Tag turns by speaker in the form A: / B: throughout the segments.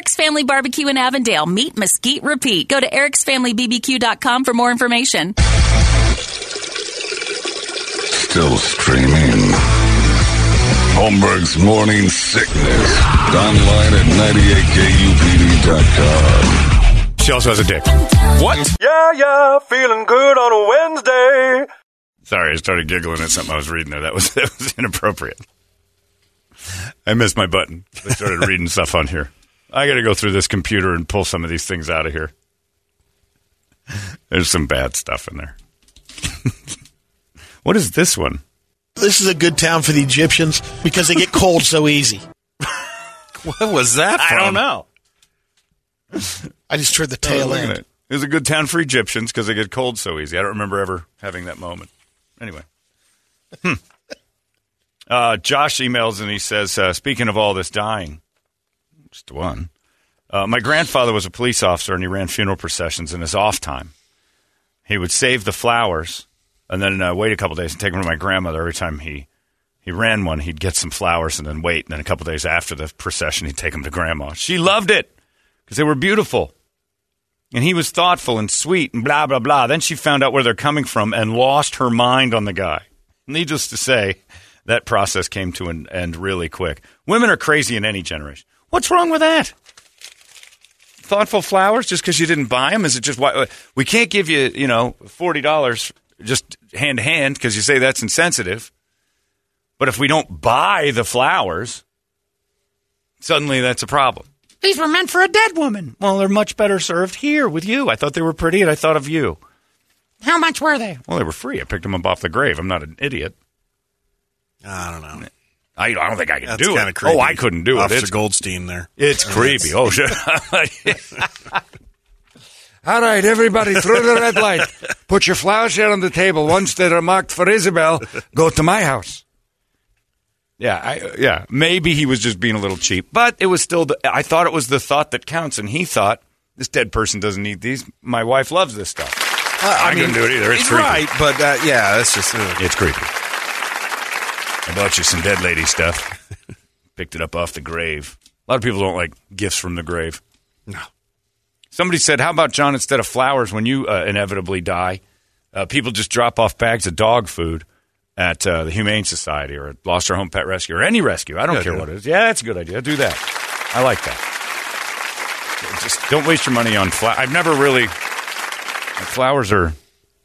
A: Family Barbecue in Avondale. Meet Mesquite Repeat. Go to Eric'sFamilyBBQ.com for more information.
B: Still streaming. Holmberg's Morning Sickness. Online at 98kupd.com.
C: She also has a dick. What?
D: Yeah, yeah, feeling good on a Wednesday.
C: Sorry, I started giggling at something I was reading there. That was, that was inappropriate. I missed my button. I started reading stuff on here. I got to go through this computer and pull some of these things out of here. There's some bad stuff in there. what is this one?
E: This is a good town for the Egyptians because they get cold so easy.
F: What was that? From?
C: know.
E: I just heard the
C: Oh,
E: tail
C: look
E: end.
C: at it. It was a good town for Egyptians because they get cold so easy. I don't remember ever having that moment. Anyway. Hmm. Uh, Josh emails and he says, uh, speaking of all this dying, just one. Uh, my grandfather was a police officer and he ran funeral processions in his off time. He would save the flowers and then uh, wait a couple days and take them to my grandmother every time he he ran one, he'd get some flowers and then wait. And then a couple days after the procession, he'd take them to grandma. She loved it because they were beautiful. And he was thoughtful and sweet and blah, blah, blah. Then she found out where they're coming from and lost her mind on the guy. Needless to say, that process came to an end really quick. Women are crazy in any generation. What's wrong with that? Thoughtful flowers just because you didn't buy them? Is it just why uh, we can't give you, you know, $40 just hand to hand because you say that's insensitive? But if we don't buy the flowers, suddenly that's a problem. These were meant for a dead woman. Well, they're much better served here with you. I thought they were pretty and I thought of you. How much were they? Well, they were free. I picked them up off the grave. I'm not an idiot.
E: I don't know.
C: I, I don't think I can
E: That's
C: do
E: kind
C: it.
E: of creepy.
C: Oh, I couldn't do
E: Officer
C: it. It's,
E: Goldstein there.
C: it's creepy. Oh, shit.
G: All right, everybody, through the red light. Put your flowers here on the table. Once they are marked for Isabel, go to my house.
C: yeah, I, yeah. Maybe he was just being a little cheap, but it was still. The, I thought it was the thought that counts, and he thought this dead person doesn't need these. My wife loves this stuff.
F: Uh, I,
C: I couldn't do it either. It's
F: he's
C: creepy.
F: right, but uh, yeah, that's just. uh,
C: It's creepy. I bought you some dead lady stuff. Picked it up off the grave. A lot of people don't like gifts from the grave.
F: No.
C: Somebody said, "How about John? Instead of flowers, when you uh, inevitably die, uh, people just drop off bags of dog food at uh, the Humane Society or at Lost Our Home Pet Rescue or any rescue. I don't
F: Good
C: care
F: idea.
C: what it is. Yeah, that's a good idea. Do that. I like that. Just don't waste your money on flowers. I've never really flowers are.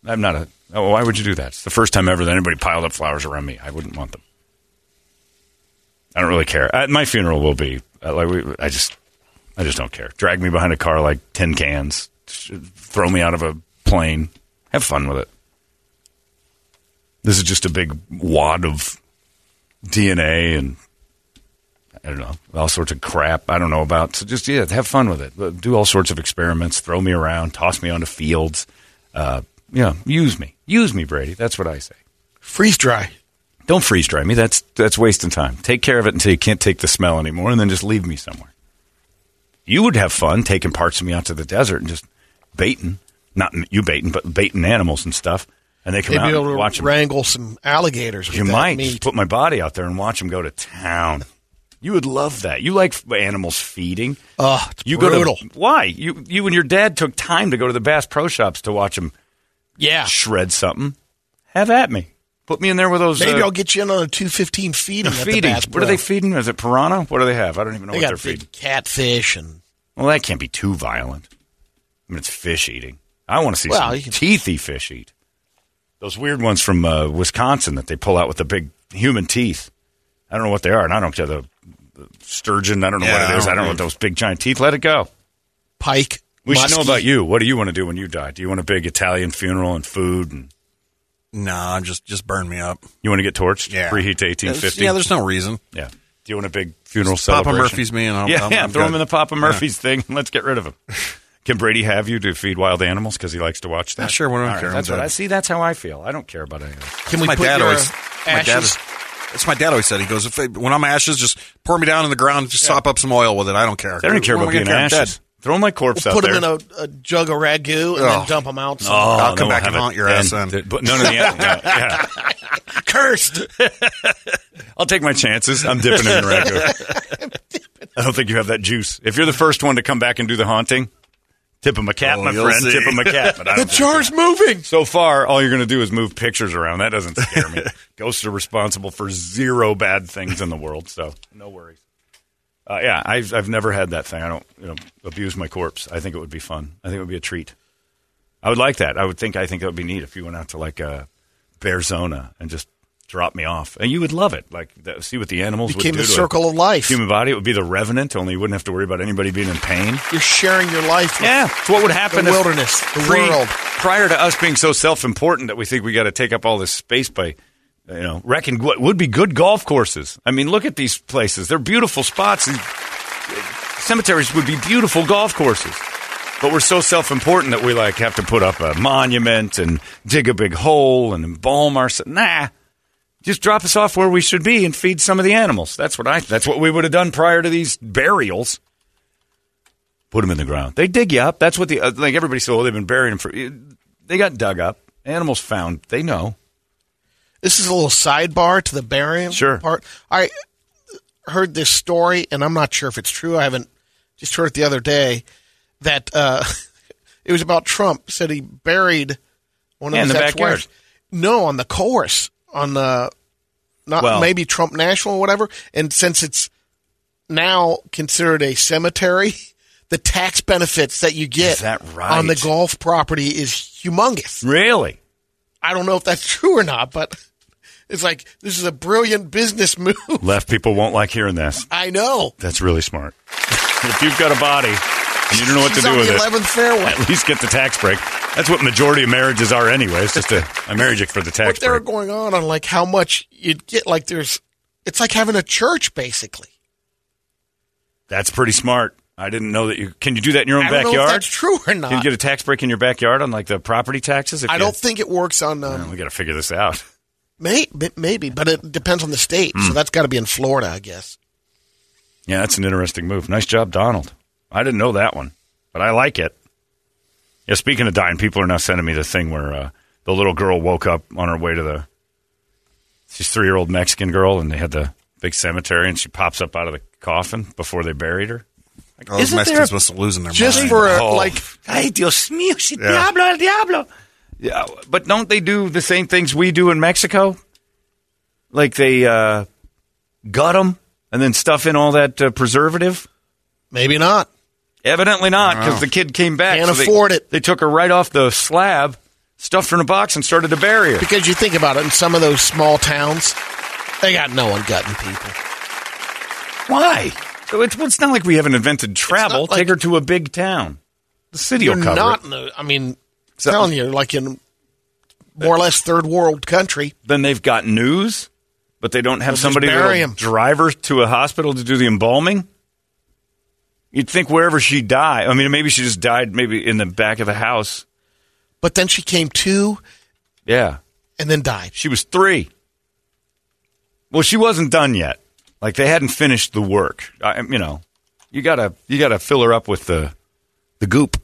C: I'm not a. Oh, why would you do that? It's the first time ever that anybody piled up flowers around me. I wouldn't want them. I don't really care. At my funeral will be uh, like we, I just I just don't care. Drag me behind a car like tin cans. Sh- Throw me out of a plane. Have fun with it. This is just a big wad of DNA and I don't know all sorts of crap I don't know about. So just yeah, have fun with it. Do all sorts of experiments. Throw me around. Toss me onto fields. Uh, yeah, use me. Use me, Brady. That's what I say.
E: Freeze dry.
C: Don't freeze dry me. That's that's wasting time. Take care of it until you can't take the smell anymore, and then just leave me somewhere. You would have fun taking parts of me out to the desert and just baiting, not m- you baiting, but baiting animals and stuff, and they come
E: They'd
C: out
E: be able to
C: and watch them.
E: wrangle some alligators. With
C: You
E: that
C: might
E: meat.
C: put my body out there and watch them go to town. You would love that. You like f- animals feeding.
E: Oh, it's
C: you go
E: brutal.
C: to why you you and your dad took time to go to the Bass Pro Shops to watch them
E: yeah.
C: shred something. Have at me. Put me in there with those.
E: Maybe
C: uh,
E: I'll get you in on a 215 feeding. at the
C: feeding.
E: Bass
C: what are
E: Pro.
C: they feeding? Is it piranha? What do they have? I don't even know
E: They
C: what
E: got
C: they're
E: big
C: feeding.
E: catfish and
C: Well, that can't be too violent. I mean, it's fish eating. I want to see
E: Well,
C: some
E: you can-
C: teethy fish eat. Those weird ones from uh, Wisconsin that they pull out with the big human teeth. I don't know what they are, and I don't care the, the sturgeon. I don't know
F: Yeah,
C: what it
F: I
C: is. I
F: don't
C: don't know
F: know.
C: what those big giant teeth. Let it go.
E: pike.
C: We should know
E: muskie.
C: about you. What do you want to do when you die? Do you want a big Italian funeral and food, and
F: Nah, just just burn me up.
C: you want to get torched?
F: Yeah.
C: Preheat to eighteen fifty.
F: Yeah, there's no reason.
C: Yeah. Do you want a big funeral
F: Papa
C: celebration?
F: Murphy's me and I'll-
C: yeah,
F: I'm-
C: yeah.
F: I'm
C: throw him
F: good.
C: in the Papa Murphy's thing and let's get rid of him. Can Brady have you to feed wild animals because he likes to watch that?
F: Yeah, sure, we don't
C: All right,
F: care. I'm
C: That's what
F: dead.
C: I see. That's how I feel. I don't care about anything.
E: Can we
F: my
E: put
F: dad
E: your
F: always. My dad
E: ashes-
F: is, that's my dad always said. He goes, if I, when I'm ashes, just pour me down in the ground, just sop up some oil with it. I don't care.
C: I don't care
F: What am
C: about
F: I gonna
C: being
F: care? I'm
C: ashes.
F: dead.
C: Throw my corpse
E: We'll
C: out
E: put
C: there.
E: them in a, a jug of ragu and
F: Oh.
E: then dump them out.
C: Oh,
E: somewhere.
F: I'll come
C: then
F: back
C: we'll
F: and
C: have
F: haunt
C: it.
F: your
C: And
F: ass then.
C: th- But none of the yeah, yeah.
E: Cursed.
C: I'll take my chances. I'm dipping in ragu. I don't think you have that juice. If you're the first one to come back and do the haunting, tip him a cap,
F: Oh,
C: my
F: you'll
C: friend.
F: see.
C: Tip him a cap. But I
E: the
C: don't think-
E: jar's moving.
C: So far, all you're going to do is move pictures around. That doesn't scare me. Ghosts are responsible for zero bad things in the world, so no worries. Uh, yeah, I've I've never had that thing. I don't you know abuse my corpse. I think it would be fun. I think it would be a treat. I would like that. I would think I think that would be neat if you went out to like uh, Bear Zona and just dropped me off, and you would love it. Like that, see what the animals
E: Became
C: would do
E: the
C: to a
E: circle of life.
C: human body. It would be the Revenant, only you wouldn't have to worry about anybody being in pain.
E: You're sharing your life. with-
C: Yeah, it's what would happen.
E: The
C: if
E: wilderness, the world.
C: Prior to us being so self-important that we think we got to take up all this space by, you know, wrecking what would be good golf courses. I mean, look at these places; they're beautiful spots. These cemeteries would be beautiful golf courses. But we're so self-important that we like have to put up a monument and dig a big hole and embalm ourselves. Nah, just drop us off where we should be and feed some of the animals. That's what I. That's what we would have done prior to these burials. Put them in the ground. They dig you up. That's what the uh, like. Everybody said, "Oh, they've been burying them for." They got dug up. Animals found. They know.
E: This is a little sidebar to the barium
C: Sure.
E: part. I heard this story, and I'm not sure if it's true. I haven't just heard it the other day that uh, it was about Trump said he buried one of
C: Yeah, in
E: his
C: the
E: ex-wives.
C: backyard.
E: No, on the course on the not
C: Well-
E: maybe Trump National or whatever. And since it's now considered a cemetery, the tax benefits that you get
C: Is that
E: on the
C: right?
E: golf property is humongous.
C: Really?
E: I don't know if that's true or not, but it's like this is a brilliant business move.
C: Left people won't like hearing this.
E: I know.
C: That's really smart. if you've got a body and you don't know what to
E: She's
C: do
E: on
C: with
E: the
C: it,
E: eleventh fairway.
C: at least get the tax break. That's what majority of marriages are anyway. It's just a, I married you for the
E: What
C: tax
E: they were
C: break.
E: going on on like how much you'd get. Like there's, it's like having a church basically.
C: That's pretty smart. I didn't know that you can you do that in your own
E: I don't know if
C: backyard.
E: that's true or
C: Can you
E: not.
C: get a tax break in your backyard on like the property taxes? If
E: I
C: you-
E: don't think it works on um,
C: Man, we got to figure this out.
E: may, maybe, but it depends on the state.
C: Hmm.
E: So that's got to be in Florida, I guess.
C: Yeah, that's an interesting move. Nice job, Donald. I didn't know that one, but I like it. Yeah, speaking of dying, people are now sending me the thing where uh, the little girl woke up on her way to the. She's three year old Mexican girl, and they had the big cemetery, and she pops up out of the coffin before they buried her.
F: All those
C: Isn't
F: Mexicans
C: there-
F: must be losing their
E: Just
F: mind. Oh.
E: for a,
C: Oh.
E: like
C: ay Dios mío, si
F: Yeah.
C: diablo, diablo. Yeah, but don't they do the same things we do in Mexico? Like they uh, gut them and then stuff in all that uh, preservative.
E: maybe not.
C: Evidently not, because the kid came back.
E: Can't
C: they-
E: afford it.
C: They took her right off the slab, stuffed her in a box, and started to bury her.
E: Because you think about it, in some of those small towns, they got no one gutting people.
C: Why? So it's, well, it's not like we haven't invented travel.
E: not like-
C: Take her to a big town. The city will
E: You're
C: cover
E: not.
C: it.
E: In the, I mean, telling you, like in more or less third world country,
C: Then they've got news, but they don't have
E: just
C: somebody
E: bury
C: to
E: 'em.
C: drive her to a hospital to do the embalming. You'd think wherever she died, I mean, maybe she just died maybe in the back of the house.
E: but then she came to
C: Yeah.
E: and then died.
C: She was three. Well, she wasn't done yet. Like they hadn't finished the work. I, you know, you gotta you gotta fill her up with the the goop.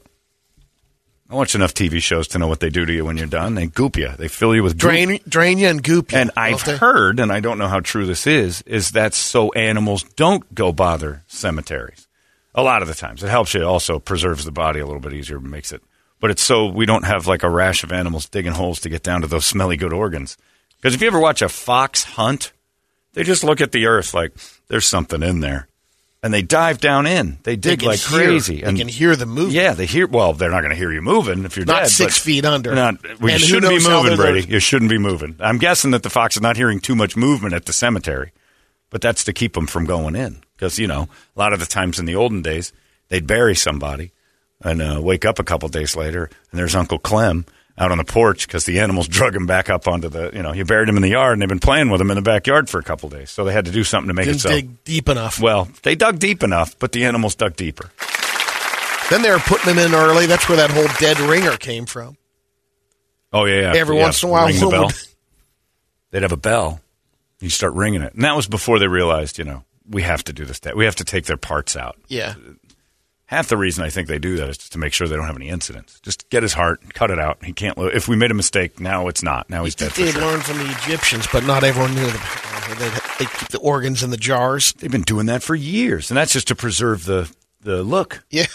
C: I watch enough TV shows to know what they do to you when you're done. They goop you. They fill you with goop.
E: Drain, drain you and goop you.
C: And I've
E: don't they?
C: heard, and I don't know how true this is, is that so animals don't go bother cemeteries. A lot of the times, it helps you. Also, preserves the body a little bit easier, makes it. But it's so we don't have like a rash of animals digging holes to get down to those smelly good organs. Because if you ever watch a fox hunt, they just look at the earth like there's something in there, and they dive down in. They
E: They
C: dig
E: can
C: like
E: hear-
C: crazy.
E: They
C: and
E: can hear the movement.
C: yeah, they hear. Well, they're not going to hear you moving if you're
E: Not
C: dead,
E: six
C: but-
E: feet under.
C: Not, well, you
E: And who
C: shouldn't be
E: knows how
C: moving,
E: they're-
C: Brady. You shouldn't be moving. I'm guessing that the fox is not hearing too much movement at the cemetery, but that's to keep them from going in. Because you know, a lot of the times in the olden days, they'd bury somebody and uh, wake up a couple days later, and there's Uncle Clem out on the porch because the animals drug him back up onto the. You know, you buried him in the yard, and they've been playing with him in the backyard for a couple days, so they had to do something to make
E: Didn't
C: it so.
E: dig deep enough.
C: Well, they dug deep enough, but the animals dug deeper.
E: Then they were putting them in early. That's where that whole dead ringer came from.
C: Oh yeah, yeah.
E: Every
C: Yeah,
E: once in a while,
C: ring the
E: someone
C: bell.
E: would-
C: They'd have a bell. You start ringing it, and that was before they realized, you know, we have to do this. That we have to take their parts out.
E: Yeah.
C: Half the reason I think they do that is just to make sure they don't have any incidents. Just get his heart, cut it out. He can't. Li- if we made a mistake, now it's not. Now he's
E: I
C: dead.
E: think
C: For
E: they
C: sure.
E: learned from the Egyptians, but not everyone knew them. They, they keep the organs in the jars.
C: They've been doing that for years, and that's just to preserve the the look.
E: Yeah.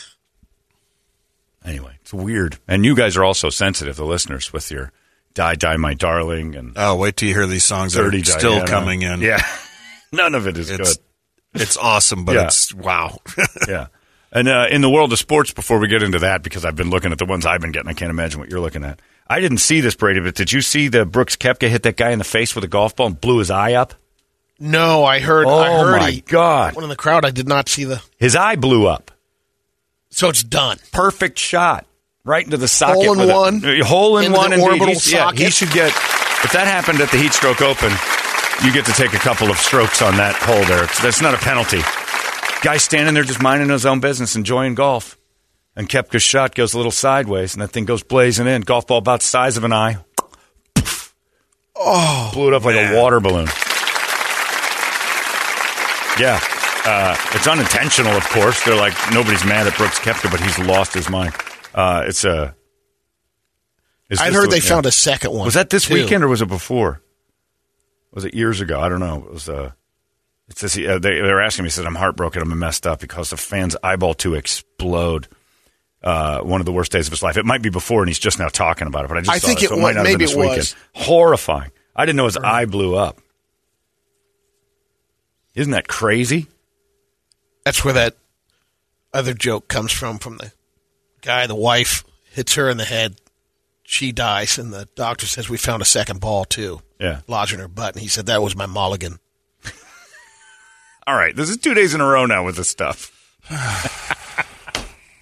C: Anyway, it's weird. And you guys are also sensitive, the listeners, with your "Die Die My Darling" and
F: Oh, wait till you hear these songs that
C: "Dirty
F: are still
C: Diana."
F: coming in.
C: Yeah, none of it is
F: It's,
C: good.
F: it's awesome, but
C: Yeah.
F: it's wow.
C: yeah. And uh, in the world of sports, before we get into that, because I've been looking at the ones I've been getting, I can't imagine what you're looking at. I didn't see this, Brady, but did you see the Brooks Kepka hit that guy in the face with a golf ball and blew his eye up?
E: No, I heard. I
C: Oh,
E: heard
C: my
E: he-
C: God.
E: One in the crowd. I did not see the.
C: His eye blew up.
E: So it's done.
C: Perfect shot, right into the socket.
E: Hole in
C: with a-
E: one.
C: Uh, hole in
E: Into the
C: one. indeed.
E: orbital
C: He's- yeah, he
E: socket.
C: should get. If that happened at the Heat Stroke Open, you get to take a couple of strokes on that hole there. It's- That's not a penalty. Guy standing there just minding his own business, enjoying golf. And Kepka's shot goes a little sideways, and that thing goes blazing in. Golf ball about the size of an eye. Oh, blew it up like a water balloon. Yeah, uh, it's unintentional, of course. They're like nobody's mad at Brooks Kepka, but he's lost his mind. Uh, it's a. is
E: I
C: this
E: heard
C: the-
E: they
C: yeah.
E: found a second one.
C: Was that this
E: too.
C: weekend or was it before? Was it years ago? I don't know. It was. Uh, it's this, uh, they, they were asking me. He said, "I'm heartbroken. I'm messed up because the fan's eyeball to explode." Uh, one of the worst days of his life. It might be before, and he's just now talking about it. But I just
E: I
C: saw
E: think
C: it,
E: it
C: so it
E: was-
C: might not have been
E: maybe
C: this
E: it was.
C: weekend. Horrifying. I didn't know his eye blew up. Isn't that crazy?
E: That's where that other joke comes from. From the guy, the wife hits her in the head. She dies, and the doctor says we found a second ball too.
C: Yeah.
E: lodged in her butt, and he said that was my mulligan.
C: All right, this is two days in a row now with this stuff.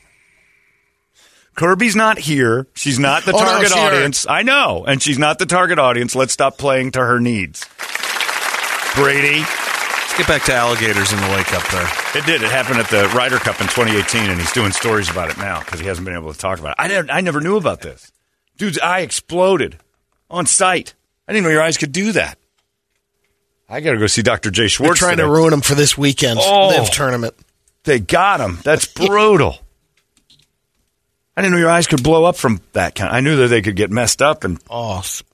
C: Kirby's not here. She's not the
E: Oh, no,
C: target
E: she-
C: audience. I know, and she's not the target audience. Let's stop playing to her needs. Brady,
F: Let's get back to alligators in the lake up there.
C: it did. It happened at the Ryder Cup in 2018, and he's doing stories about it now because he hasn't been able to talk about it. I never, I never knew about this. Dude's eye exploded on sight. I didn't know your eyes could do that. I got to go see Dr. Jay
E: We're
C: Schwartz.
E: trying to
C: today.
E: ruin him for this weekend's
C: Oh.
E: live tournament.
C: They got him. That's brutal. I didn't know your eyes could blow up from that kind. I knew that they could get messed up and
E: Oh, s-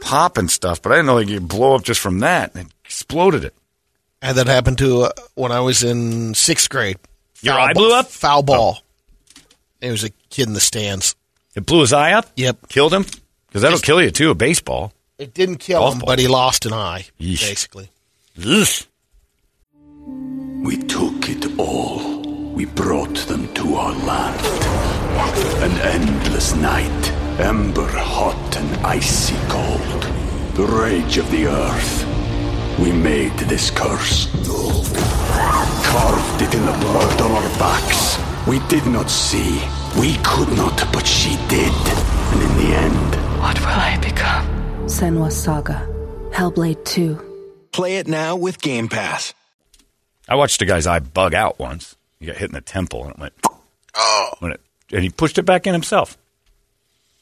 C: pop and stuff, but I didn't know they could blow up just from that. It exploded it.
E: I had that happen to uh, when I was in sixth grade.
C: Your
E: Foul
C: eye
E: ba-
C: blew up? Oh.
E: Foul ball. It was a kid in the stands.
C: It blew his eye up.
E: Yep.
C: Killed him. Because that'll kill you too. A baseball.
E: It didn't kill
C: Golf
E: him,
C: ball.
E: but he lost an eye,
C: Yeesh.
E: basically.
H: We took it all. We brought them to our land. An endless night, ember hot and icy cold. The rage of the earth. We made this curse. Carved it in the blood on our backs. We did not see. We could not, but she did. And in the end,
I: What will I become? Senwa Saga. Hellblade 2.
J: Play it now with Game Pass.
C: I watched a guy's eye bug out once. He got hit in the temple and it went. Oh. When it, and he pushed it back in himself.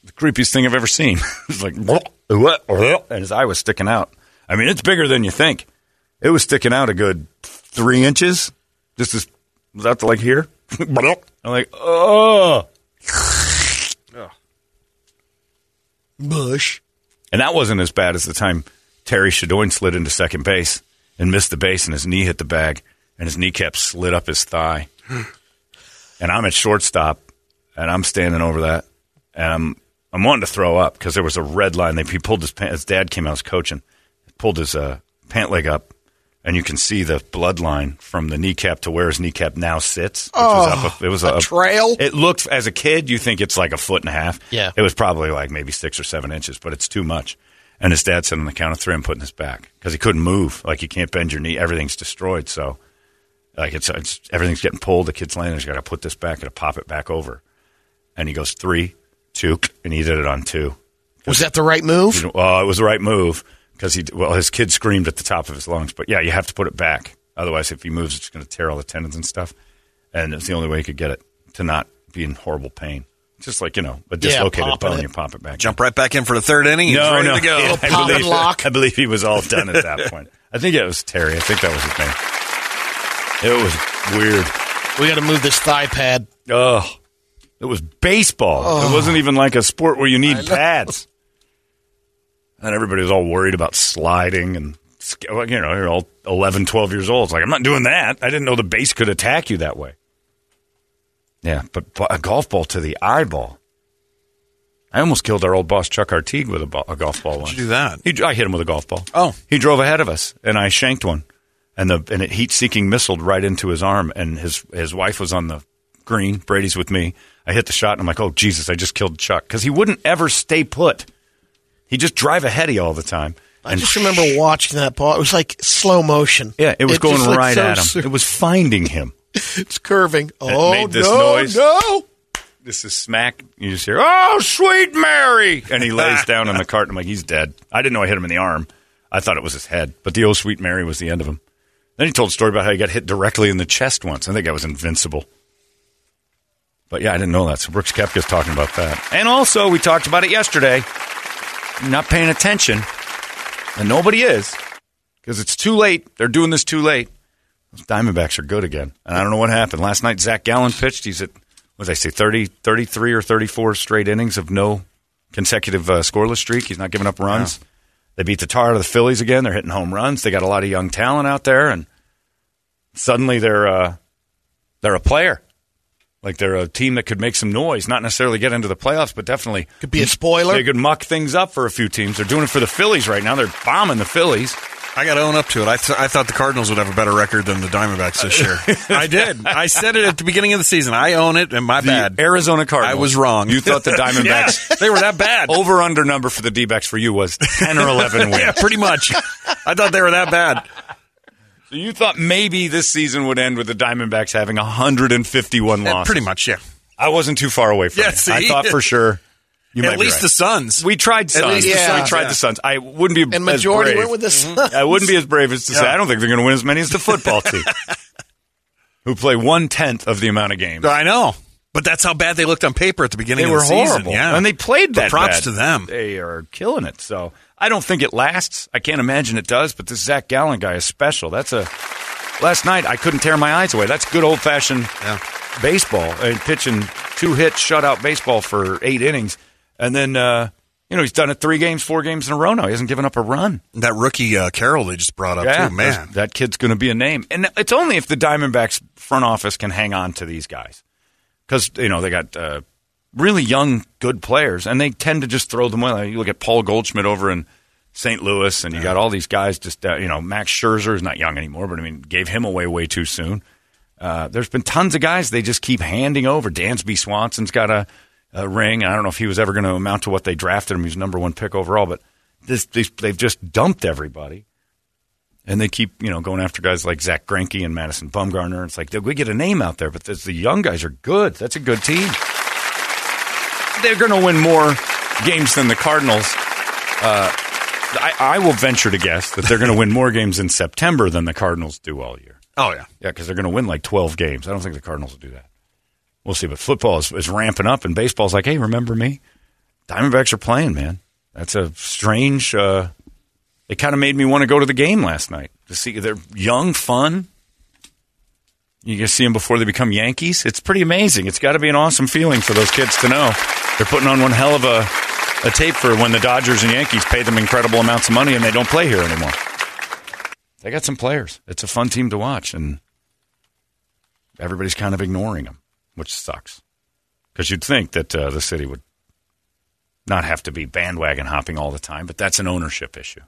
C: The creepiest thing I've ever seen. it was like, what? and his eye was sticking out. I mean, it's bigger than you think. It was sticking out a good three inches. Just as, was that like here? I'm like, oh. Ugh.
E: Bush.
C: And that wasn't as bad as the time Terry Shadoin slid into second base and missed the base, and his knee hit the bag, and his kneecap slid up his thigh. and I'm at shortstop, and I'm standing over that, and I'm I'm wanting to throw up because there was a red line. They he pulled his pant. His dad came out, was coaching, pulled his uh, pant leg up, and you can see the blood line from the kneecap to where his kneecap now sits. Which was
E: Oh,
C: up a, it was
E: a trail?
C: It looked as a kid, you think it's like a foot and a half.
E: Yeah.
C: it was probably like maybe six or seven inches, but it's too much. And his dad said on the count of three, I'm putting this back because he couldn't move. Like you can't bend your knee, everything's destroyed. So like it's, it's everything's getting pulled. The kid's landing. He's got to put this back and pop it back over. And he goes three, two, and he did it on two.
E: Was that the right move?
C: You know, well, it was the right move because he well his kid screamed at the top of his lungs. But yeah, you have to put it back. Otherwise, if he moves, it's going to tear all the tendons and stuff. And it's the only way he could get it to not be in horrible pain. Just like you know a dislocated
E: popping
C: bone,
E: it.
C: you pop it back.
F: Jump right back in for the third inning. He's ready to go.
C: I
E: Pop and
C: believe,
E: lock.
C: I believe he was all done at that point. I think it was Terry. I think that was his name. It was weird.
E: We got to move this thigh pad.
C: Oh, it was baseball. It wasn't even like a sport where you need pads. And everybody was all worried about sliding and, sca- well, you know, you're all 11, 12 years old. It's like, I'm not doing that. I didn't know the base could attack you that way. Yeah, but, but a golf ball to the eyeball. I almost killed our old boss, Chuck Artigue, with a, ball, a golf ball once.
F: you do that?
C: He, I hit him with a golf ball.
F: Oh.
C: He drove ahead of us, and I shanked one. And the and it heat seeking missiled right into his arm, and his his wife was on the green. Brady's with me. I hit the shot, and I'm like, oh, Jesus, I just killed Chuck. Because he wouldn't ever stay put. He just drive ahead of you all the time.
E: I just remember watching that ball. It was like slow motion.
C: Yeah, it was going
E: just looked
C: right
E: so
C: at him.
E: sur-
C: It was finding him.
E: It's curving. Oh
C: made this
E: no,
C: noise.
E: no!
C: This is smack. You just hear, oh, sweet Mary. And he lays down on the cart. And I'm like, he's dead. I didn't know I hit him in the arm. I thought it was his head. But the oh, sweet Mary was the end of him. Then he told a story about how he got hit directly in the chest once. I think I was invincible. But yeah, I didn't know that. So Brooks Kepka's talking about that. And also, we talked about it yesterday. You're not paying attention. And nobody is because it's too late. They're doing this too late. Those Diamondbacks are good again. And I don't know what happened. Last night, Zach Gallen pitched. He's at, what did I say, 30, 33 or 34 straight innings of no consecutive uh, scoreless streak. He's not giving up runs. They beat the tar out of the Phillies again. They're hitting home runs. They got a lot of young talent out there. And suddenly they're, uh, they're a player. Like they're a team that could make some noise, not necessarily get into the playoffs, but definitely
E: Could be a spoiler.
C: they could muck things up for a few teams. They're doing it for the Phillies right now. They're bombing the Phillies.
F: I got to own up to it. I, th- I thought the Cardinals would have a better record than the Diamondbacks this year. I did. I said it at the beginning of the season. I own it, and my
C: The
F: bad.
C: Arizona Cardinals.
F: I was wrong.
C: You thought the Diamondbacks.
F: Yeah, they were that bad.
C: Over under number for the D backs for you was 10 or 11 wins.
F: Oh, yeah, pretty much. I thought they were that bad.
C: So you thought maybe this season would end with the Diamondbacks having 151
F: Yeah,
C: losses.
F: pretty much, yeah.
C: I wasn't too far away from
F: Yeah,
C: it.
F: see?
C: I thought for sure. You might
F: At
C: be
F: least
C: right.
F: the Suns.
C: We tried Suns.
E: least the
C: We
E: Suns,
C: tried
E: yeah.
C: the Suns. I wouldn't be
E: and
C: as
E: majority
C: brave.
E: went with the Suns.
C: Mm-hmm. I wouldn't be as brave as to say I don't think they're going to win as many as the football team, who play one tenth of the amount of games.
F: I know. But that's how bad they looked on paper at the beginning
C: They
F: of
C: were
F: the season.
C: horrible,
F: Yeah.
C: and they played
F: But
C: that.
F: props
C: bad.
F: to them.
C: They are killing it. So I don't think it lasts. I can't imagine it does. But this Zach Gallen guy is special. That's a. Last night I couldn't tear my eyes away. That's good old fashioned
F: Yeah.
C: baseball and pitching two hit shutout baseball for eight innings, and then uh, you know he's done it three games, four games in a row now. He hasn't given up a run.
F: That rookie uh, Carroll they just brought up, too, man.
C: That- That kid's going to be a name. And it's only if the Diamondbacks front office can hang on to these guys. Because, you know, they got uh, really young, good players, and they tend to just throw them away. Like, you look at Paul Goldschmidt over in St. Louis, and you got all these guys just, uh, you know, Max Scherzer is not young anymore, but I mean, gave him away way too soon. Uh, there's been tons of guys they just keep handing over. Dansby Swanson's got a, a ring. I don't know if he was ever going to amount to what they drafted him. He was number one pick overall, but this, these, they've just dumped everybody. And they keep, you know, going after guys like Zach Greinke and Madison Bumgarner. It's like we get a name out there, but this, the young guys are good. That's a good team. They're going to win more games than the Cardinals. Uh, I, I will venture to guess that they're going to win more games in September than the Cardinals do all year.
F: Oh, yeah.
C: Yeah, because they're going to win like 12 games. I don't think the Cardinals will do that. We'll see. But football is, is ramping up, and baseball's like, hey, remember me? Diamondbacks are playing, man. That's a strange. Uh, it kind of made me want to go to the game last night to see they're young, fun. You can see them before they become Yankees. It's pretty amazing. It's got to be an awesome feeling for those kids to know they're putting on one hell of a a tape for when the Dodgers and Yankees pay them incredible amounts of money and they don't play here anymore. They got some players. It's a fun team to watch, and everybody's kind of ignoring them, which sucks. Because you'd think that uh, the city would not have to be bandwagon hopping all the time, but that's an ownership issue.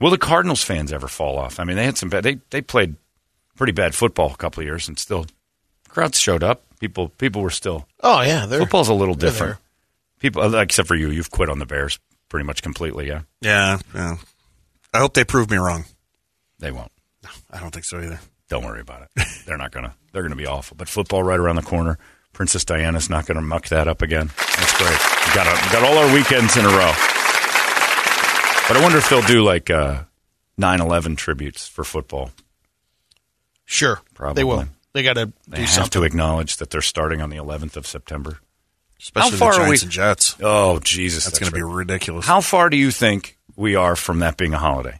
C: Will the Cardinals fans ever fall off? I mean, they had some bad. They they played pretty bad football a couple of years, and still crowds showed up. People people were still.
E: Oh, yeah, they're-
C: football's a little
E: they're
C: different.
E: there.
C: People uh, except for you, you've quit on the Bears pretty much completely. Yeah,
F: Yeah, yeah. I hope they prove me wrong.
C: they won't.
F: I don't think so either.
C: Don't worry about it. They're not gonna. They're gonna be awful. But football right around the corner. Princess Diana's not gonna muck that up again. That's great. We got a, we got all our weekends in a row. But I wonder if they'll do like uh, 9/11 tributes for football.
E: Sure.
C: Probably.
E: They will. They got to do
C: They have
E: something.
C: to acknowledge that they're starting on the 11th of September.
F: Especially
C: How far
F: the
C: are
F: Giants
C: we-
F: and Jets.
C: Oh Jesus,
F: That's, going to be
C: right.
F: ridiculous.
C: How far do you think we are from that being a holiday?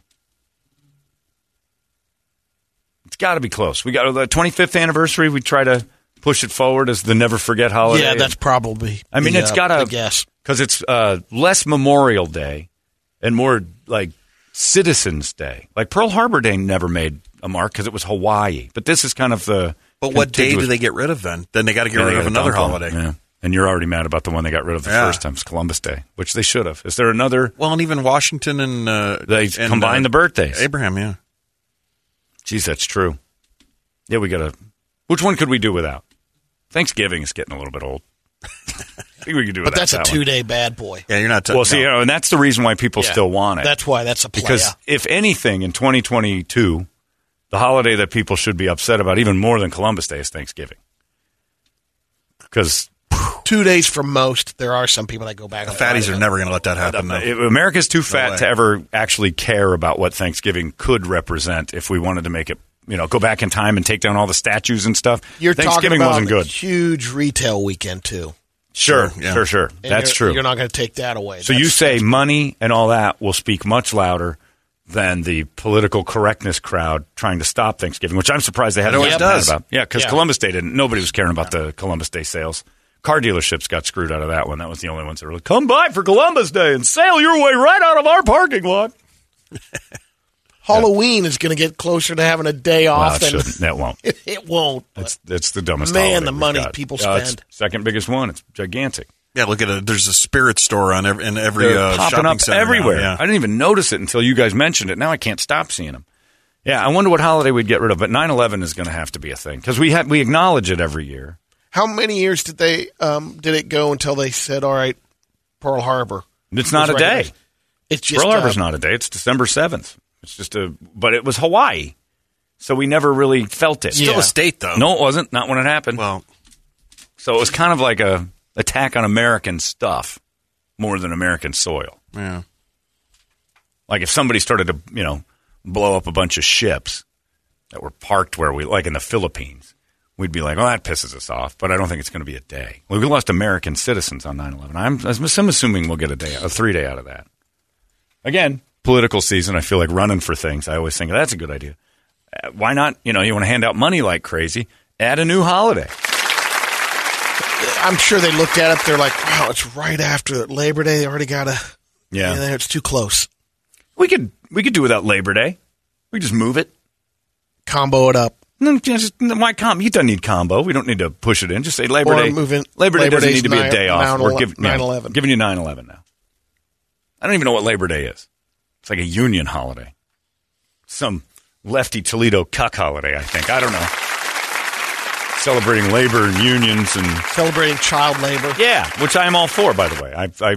C: It's got to be close. We got uh, the 25th anniversary. We try to push it forward as the never forget holiday.
E: yeah, that's probably.
C: I mean,
E: the,
C: it's
E: uh,
C: got
E: the
C: to
E: guess.
C: because it's uh, less Memorial Day and more like Citizens Day. Like Pearl Harbor Day never made a mark because it was Hawaii, but this is kind of the.
F: But what day do
C: contiguous-
F: they get rid of then? Then they got to get
C: Yeah, they
F: rid of
C: gotta
F: another
C: dump on
F: holiday.
C: it, yeah. And you're already mad about the one they got rid of the
F: Yeah.
C: first time. It's Columbus Day, which they should have. Is there another?
F: Well, and even Washington and uh,
C: They
F: and,
C: combine
F: uh,
C: the birthdays.
F: Abraham, yeah.
C: Geez, that's true. Yeah, we got to. Which one could we do without? Thanksgiving is getting a little bit old. I think we could do
E: But
C: without
E: that's a
C: that one.
E: two day bad boy.
F: Yeah, you're not.
C: Well, see, you
F: no.
C: know, and that's the reason why people
E: Yeah.
C: still want it.
E: That's why that's a play.
C: because if anything, in 2022, the holiday that people should be upset about even more than Columbus Day is Thanksgiving. Because
E: two days for most. There are some people that go
C: uh,
E: back.
F: the
E: on
F: fatties
E: Friday.
F: are never going to let that happen. though.
C: It- America's too fat
F: way.
C: to ever actually care about what Thanksgiving could represent if we wanted to make it, you know, go back in time and take down all the statues and stuff.
E: You're
C: Thanksgiving
E: talking about
C: wasn't good.
E: Huge retail weekend too.
C: Sure,
F: yeah.
C: sure, sure.
E: And
C: That's
E: you're-
C: true.
E: You're not going to take that away.
C: so you
E: That's-
C: say money and all that will speak much louder than the political correctness crowd trying to stop Thanksgiving, which I'm surprised they haven't
E: always
C: gotten mad
E: does.
C: About. Yeah, because
E: Yeah.
C: Columbus Day didn't. Nobody was caring about the Columbus Day sales. Car dealerships got screwed out of that one. That was the only ones that were like, "Come by for Columbus Day and sail your way right out of our parking lot."
E: Halloween is going to get closer to having a day
C: Well,
E: off
C: it
E: than
C: shouldn't. That won't.
E: it, won't. but-
C: It's it's the dumbest.
E: Man,
C: holiday
E: the
C: we've
E: money
C: got.
E: people
C: it's
E: spend.
C: second biggest one. It's gigantic.
F: yeah, look at it. There's a spirit store on every, in every
C: They're
F: uh,
C: popping
F: shopping
C: up
F: center now,
C: everywhere.
F: yeah.
C: I didn't even notice it until you guys mentioned it. Now I can't stop seeing them. Yeah, I wonder what holiday we'd get rid of, but 9-11 is going to have to be a thing because we have we acknowledge it every year.
E: How many years did they um, did it go until they said, "All right, Pearl Harbor"?
C: It's not
E: was
C: a day.
E: recognized? It's just
C: Pearl Harbor's
E: uh,
C: not a day. It's December seventh. It's just a, but it was Hawaii, so we never really felt it.
E: Yeah.
F: Still a state though.
C: No, it wasn't. Not when it happened.
F: Well,
C: so it was kind of like a attack on American stuff more than American soil.
F: yeah.
C: Like if somebody started to, you know, blow up a bunch of ships that were parked where we like in the Philippines, we'd be like, "Oh, that pisses us off." But I don't think it's going to be a day. We lost American citizens on 9/11. I'm, I'm assuming we'll get a day, a three day out of that. Again, political season. I feel like running for things. I always think that's a good idea. Uh, why not? You know, you want to hand out money like crazy. Add a new holiday.
E: I'm sure they looked at it. They're like, "Wow, it's right after Labor Day. They already got a yeah. It's too close.
C: we could we could do without Labor Day. We just move it.
E: Combo it up."
C: No, just, why combo? You don't need combo. We don't need to push it in. Just say Labor
E: Or
C: Day.
E: move in-
C: Labor Day
E: Labor
C: doesn't
E: Day's
C: need to be a
E: nine-
C: day off.
E: nine
C: We're
E: ele-
C: giving, yeah,
E: 9/11.
C: giving you 9-11 now. I don't even know what Labor Day is. It's like a union holiday. Some lefty Toledo cuck holiday, I think. I don't know. Celebrating labor and unions and
E: Celebrating child labor.
C: yeah, which I am all for, by the way. I I,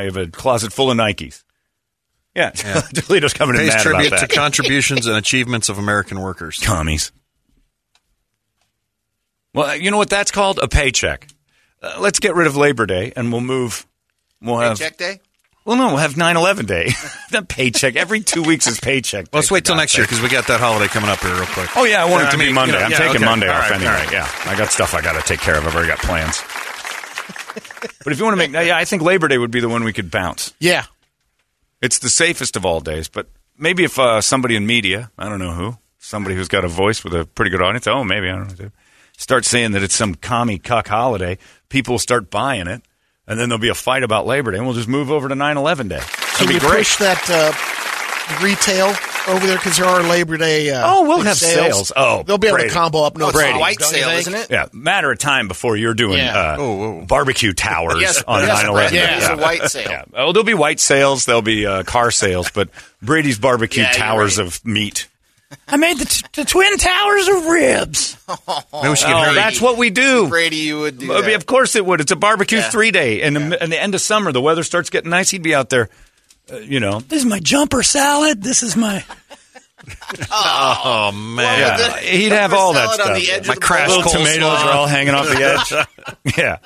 C: I have a closet full of Nikes. Yeah, Toledo's coming in
F: Pays
C: mad
F: tribute
C: about
F: to
C: that.
F: contributions and achievements of American workers.
C: commies. Well, you know what that's called? A paycheck. Uh, let's get rid of Labor Day and we'll move. We'll have,
K: Check day?
C: Well, no, we'll have 9 11 Day. the paycheck. Every two weeks is paycheck.
F: Let's
C: day,
F: wait
C: for
F: till
C: God's
F: next year
C: sake.
F: because we got that holiday coming up here real quick.
C: Oh, yeah, I want
F: Yeah,
C: it to
F: I
C: be
F: mean,
C: Monday.
F: you know,
C: I'm
F: yeah,
C: taking
F: okay.
C: Monday
F: All
C: off
F: right,
C: anyway.
F: all right.
C: Yeah, I got stuff I got to take care of. I've already got plans. but if you want to make. Yeah, I think Labor Day would be the one we could bounce.
E: Yeah.
C: It's the safest of all days, but maybe if uh, somebody in media, I don't know who, somebody who's got a voice with a pretty good audience, oh, maybe, I don't know, dude, start saying that it's some commie cuck holiday, people will start buying it, and then there'll be a fight about Labor Day, and we'll just move over to 9/11 day.
E: Can
C: That'd
E: you
C: be great.
E: push that uh, retail over there because there are Labor Day? Uh,
C: Oh, we'll
E: big
C: have sales. Oh,
E: they'll be able to
C: Brady.
E: combo up. No,
C: Oh, it's Brady.
K: White sale, isn't it?
C: Yeah, matter of time before you're doing
E: Yeah.
C: uh, barbecue towers
K: Yes,
C: on
K: yes,
C: 9/11.
K: Brady. It's a white sale.
C: Yeah. Oh, there'll be white sales. There'll be uh, car sales, but Brady's barbecue
K: Yeah, you're
C: towers of meat.
L: I made the, t- the twin towers of ribs.
C: Maybe we should get Oh, Brady. that's what we do.
K: Brady, you would do.
C: Well,
K: that.
C: Of course it would. It's a barbecue
K: Yeah.
C: three day, and the, and the end of summer, the weather starts getting nice. He'd be out there, uh, you know.
L: This is my jumper salad. This is my
C: Oh,
K: man,
C: yeah.
K: the-
C: he'd
K: the
C: have all that
K: salad on
C: stuff.
K: the edge of the
C: little
K: bowl.
C: tomatoes are all hanging off the edge. yeah,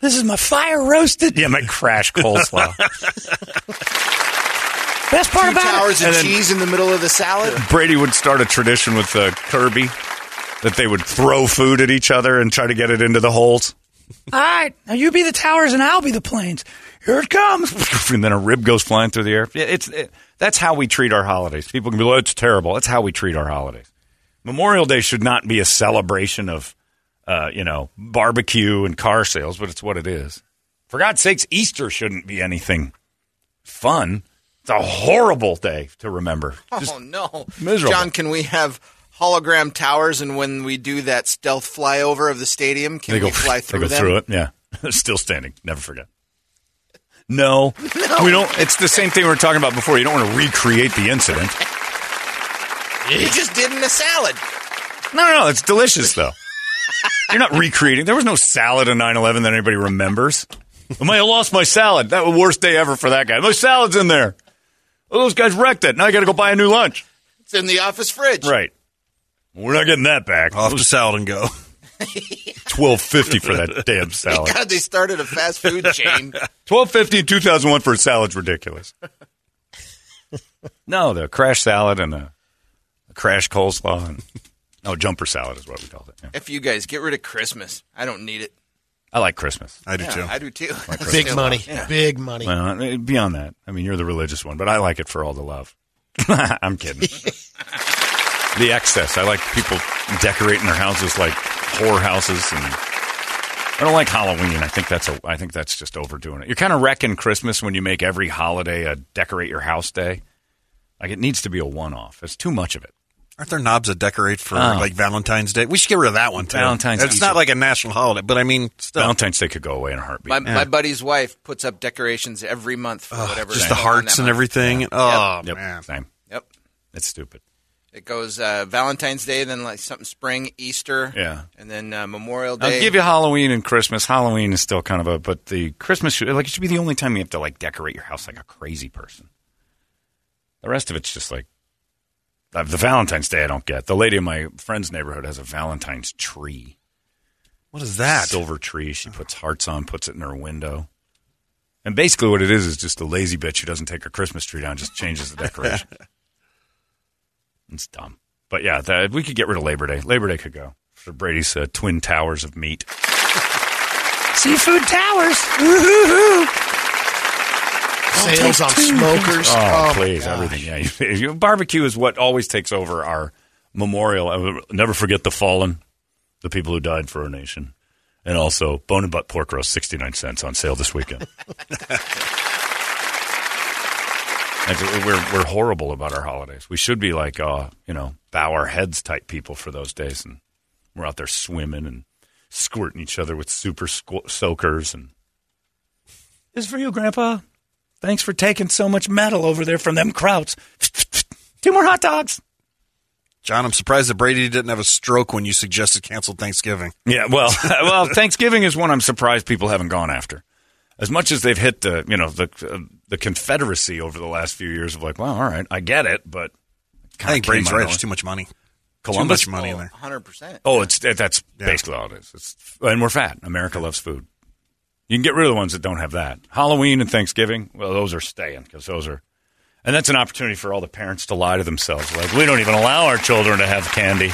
L: this is my fire roasted.
C: yeah, my crash coleslaw.
L: Best part
K: Two
L: about
K: towers
L: it.
K: of
C: And then-
K: cheese in the middle of the salad.
C: Brady would start a tradition with uh, Kirby that they would throw food at each other and try to get it into the holes.
L: All right, now you be the towers and I'll be the planes. Here it comes.
C: and then a rib goes flying through the air. Yeah, It's it, that's how we treat our holidays. People can be like, "Oh, "It's terrible." That's how we treat our holidays. Memorial Day should not be a celebration of, uh, you know, barbecue and car sales, but it's what it is. For God's sakes, Easter shouldn't be anything fun. It's a horrible day to remember. Just
K: oh no,
C: miserable.
K: John, can we have hologram towers? And when we do that stealth flyover of the stadium, can
C: they go,
K: we fly through
C: they go
K: them?
C: through it. Yeah, still standing. Never forget. No, we don't. It's the same thing we were talking about before. You don't want to recreate the incident.
K: You just did in a salad.
C: No, no, no. It's delicious, though. You're not recreating. There was no salad in 9 11 that anybody remembers. I might have lost my salad. That was the worst day ever for that guy. My salad's in there. Well, those guys wrecked it. Now I got to go buy a new lunch.
K: It's in the office fridge.
C: Right. We're not getting that back. Off the salad and go. Twelve fifty for that damn
F: Oh.
C: salad.
K: God, they started a fast food chain.
C: Twelve fifty in two thousand one for a salad's ridiculous. no, the crash salad and a, a crash coleslaw and no jumper salad is what we called it. Yeah.
K: If you guys get rid of Christmas, I don't need it.
C: I like Christmas. I
K: Yeah, I do too.
E: big money, big money.
C: Well, uh, beyond that, I mean, you're the religious one, but I like it for all the love. I'm kidding. the excess. I like people decorating their houses like whore houses, and I don't like Halloween. I think that's a. I think that's just overdoing it. You're kind of wrecking Christmas when you make every holiday a decorate your house day. Like it needs to be a one off. It's too much of it.
F: Aren't there knobs that decorate for
C: Oh.
F: like Valentine's Day? We should get rid of that one too.
C: Valentine's
F: It's
C: Day.
F: not like a national holiday, but I mean, still.
C: Valentine's Day could go away in a heartbeat.
K: My,
F: Yeah.
K: my buddy's wife puts up decorations every month for whatever.
F: just
K: is
F: the
K: going on
F: hearts
K: that
F: and
K: month.
F: everything.
K: Yeah.
F: Oh
C: Yep.
F: man,
C: Same.
K: Yep.
C: It's stupid.
K: It goes uh, Valentine's Day, then like something spring, Easter,
C: Yeah.
K: and then uh, Memorial Day.
C: I'll give you Halloween and Christmas. Halloween is still kind of a, but the Christmas should- like it should be the only time you have to like decorate your house like a crazy person. The rest of it's just like uh, the Valentine's Day. I don't get the lady in my friend's neighborhood has a Valentine's tree,
F: what is that?
C: silver tree. She puts hearts on, puts it in her window, and basically what it is is just a lazy bitch who doesn't take her Christmas tree down, just changes the decoration. it's dumb, but yeah, that, we could get rid of Labor Day. Labor Day could go for Brady's uh, twin towers of meat.
L: Seafood towers. Woo-hoo-hoo.
E: Sales on smokers.
C: Oh,
E: my
C: please,
E: God.
C: everything. Yeah, you, you- barbecue is what always takes over our memorial. I will never forget the fallen, the people who died for our nation, and also bone and butt pork roast, sixty nine cents on sale this weekend. And so we're we're horrible about our holidays. We should be like, uh, you know, bow our heads type people for those days, and we're out there swimming and squirting each other with super squ- soakers and. This is for you, Grandpa. Thanks for taking so much metal over there from them krauts. Two more hot dogs.
F: John, I'm surprised that Brady didn't have a stroke when you suggested cancel Thanksgiving.
C: Yeah, well, well, Thanksgiving is one I'm surprised people haven't gone after. As much as they've hit the, you know, the uh, the Confederacy over the last few years of like, well, all right, I get it, but
F: I think Brady's right. It's too
C: Too
F: much money.
C: Columbus
F: Too much money in there.
K: hundred percent.
C: Oh, it's that- that's
F: Yeah.
C: basically all it is. It's, and we're fat. America loves food. You can get rid of the ones that don't have that. Halloween and Thanksgiving, well, those are staying because those are, and that's an opportunity for all the parents to lie to themselves. Like we don't even allow our children to have candy.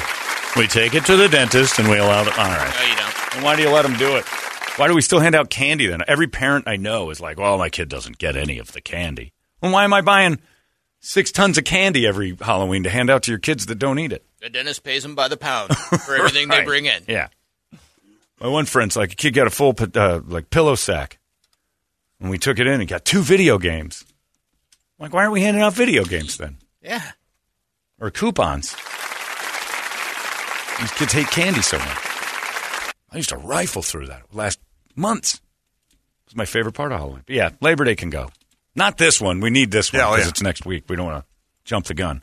C: We take it to the dentist and we allow them. All right.
K: No, you don't.
C: And why do you let them do it? Why do we still hand out candy then? Every parent I know is like, well, my kid doesn't get any of the candy. Well, why am I buying six tons of candy every Halloween to hand out to your kids that don't eat it?
K: The dentist pays them by the pound for everything they
C: Right.
K: bring in.
C: Yeah. My one friend's like, a kid got a full uh, like pillow sack. And we took it in and got two video games. I'm like, why aren't we handing out video games then?
K: Yeah.
C: Or coupons? These kids hate candy so much. I used to rifle through that last months. It was my favorite part of Halloween. But yeah, Labor Day can go. Not this one. We need this one because it's next week. We don't want to jump the gun.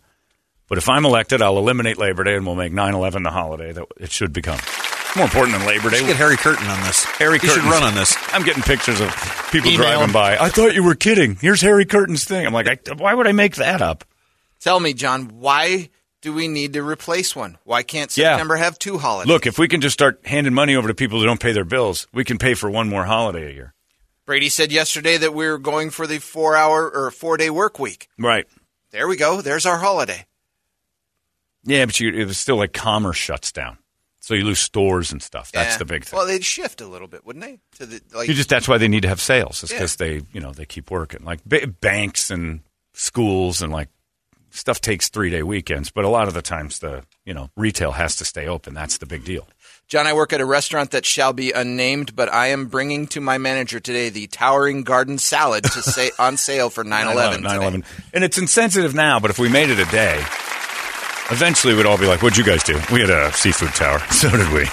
C: But if I'm elected, I'll eliminate Labor Day and we'll make 9/11 the holiday that it should become. More important than Labor Day.
F: Let's get Harry Curtin on this.
C: Harry
F: He should
C: Curtin
F: run on this.
C: I'm getting pictures of people
K: Email
C: driving
K: him.
C: by. I thought you were kidding. Here's Harry Curtin's thing. I'm like, I, why would I make that up?
K: Tell me, John, why do we need to replace one? Why can't
C: Yeah.
K: September have two holidays?
C: Look, if we can just start handing money over to people who don't pay their bills, we can pay for one more holiday a year.
K: Brady said yesterday that we were going for the four hour or four day work week.
C: Right.
K: There we go. There's our holiday.
C: Yeah, but you, it was still like commerce shuts down, so you lose stores and stuff. That's
K: Yeah.
C: the big thing.
K: Well, they'd shift a little bit, wouldn't they? To the like
C: you just that's why they need to have sales. It's
K: Yeah.
C: because they you know they keep working like ba- banks and schools and like stuff takes three day weekends, but a lot of the times the you know retail has to stay open. That's the big deal.
K: John, I work at a restaurant that shall be unnamed, but I am bringing to my manager today the Towering Garden Salad to say on sale for 9/11.
C: 9/11. And it's insensitive now, but if we made it a day, eventually we'd all be like, what'd you guys do? We had a seafood tower. So did we.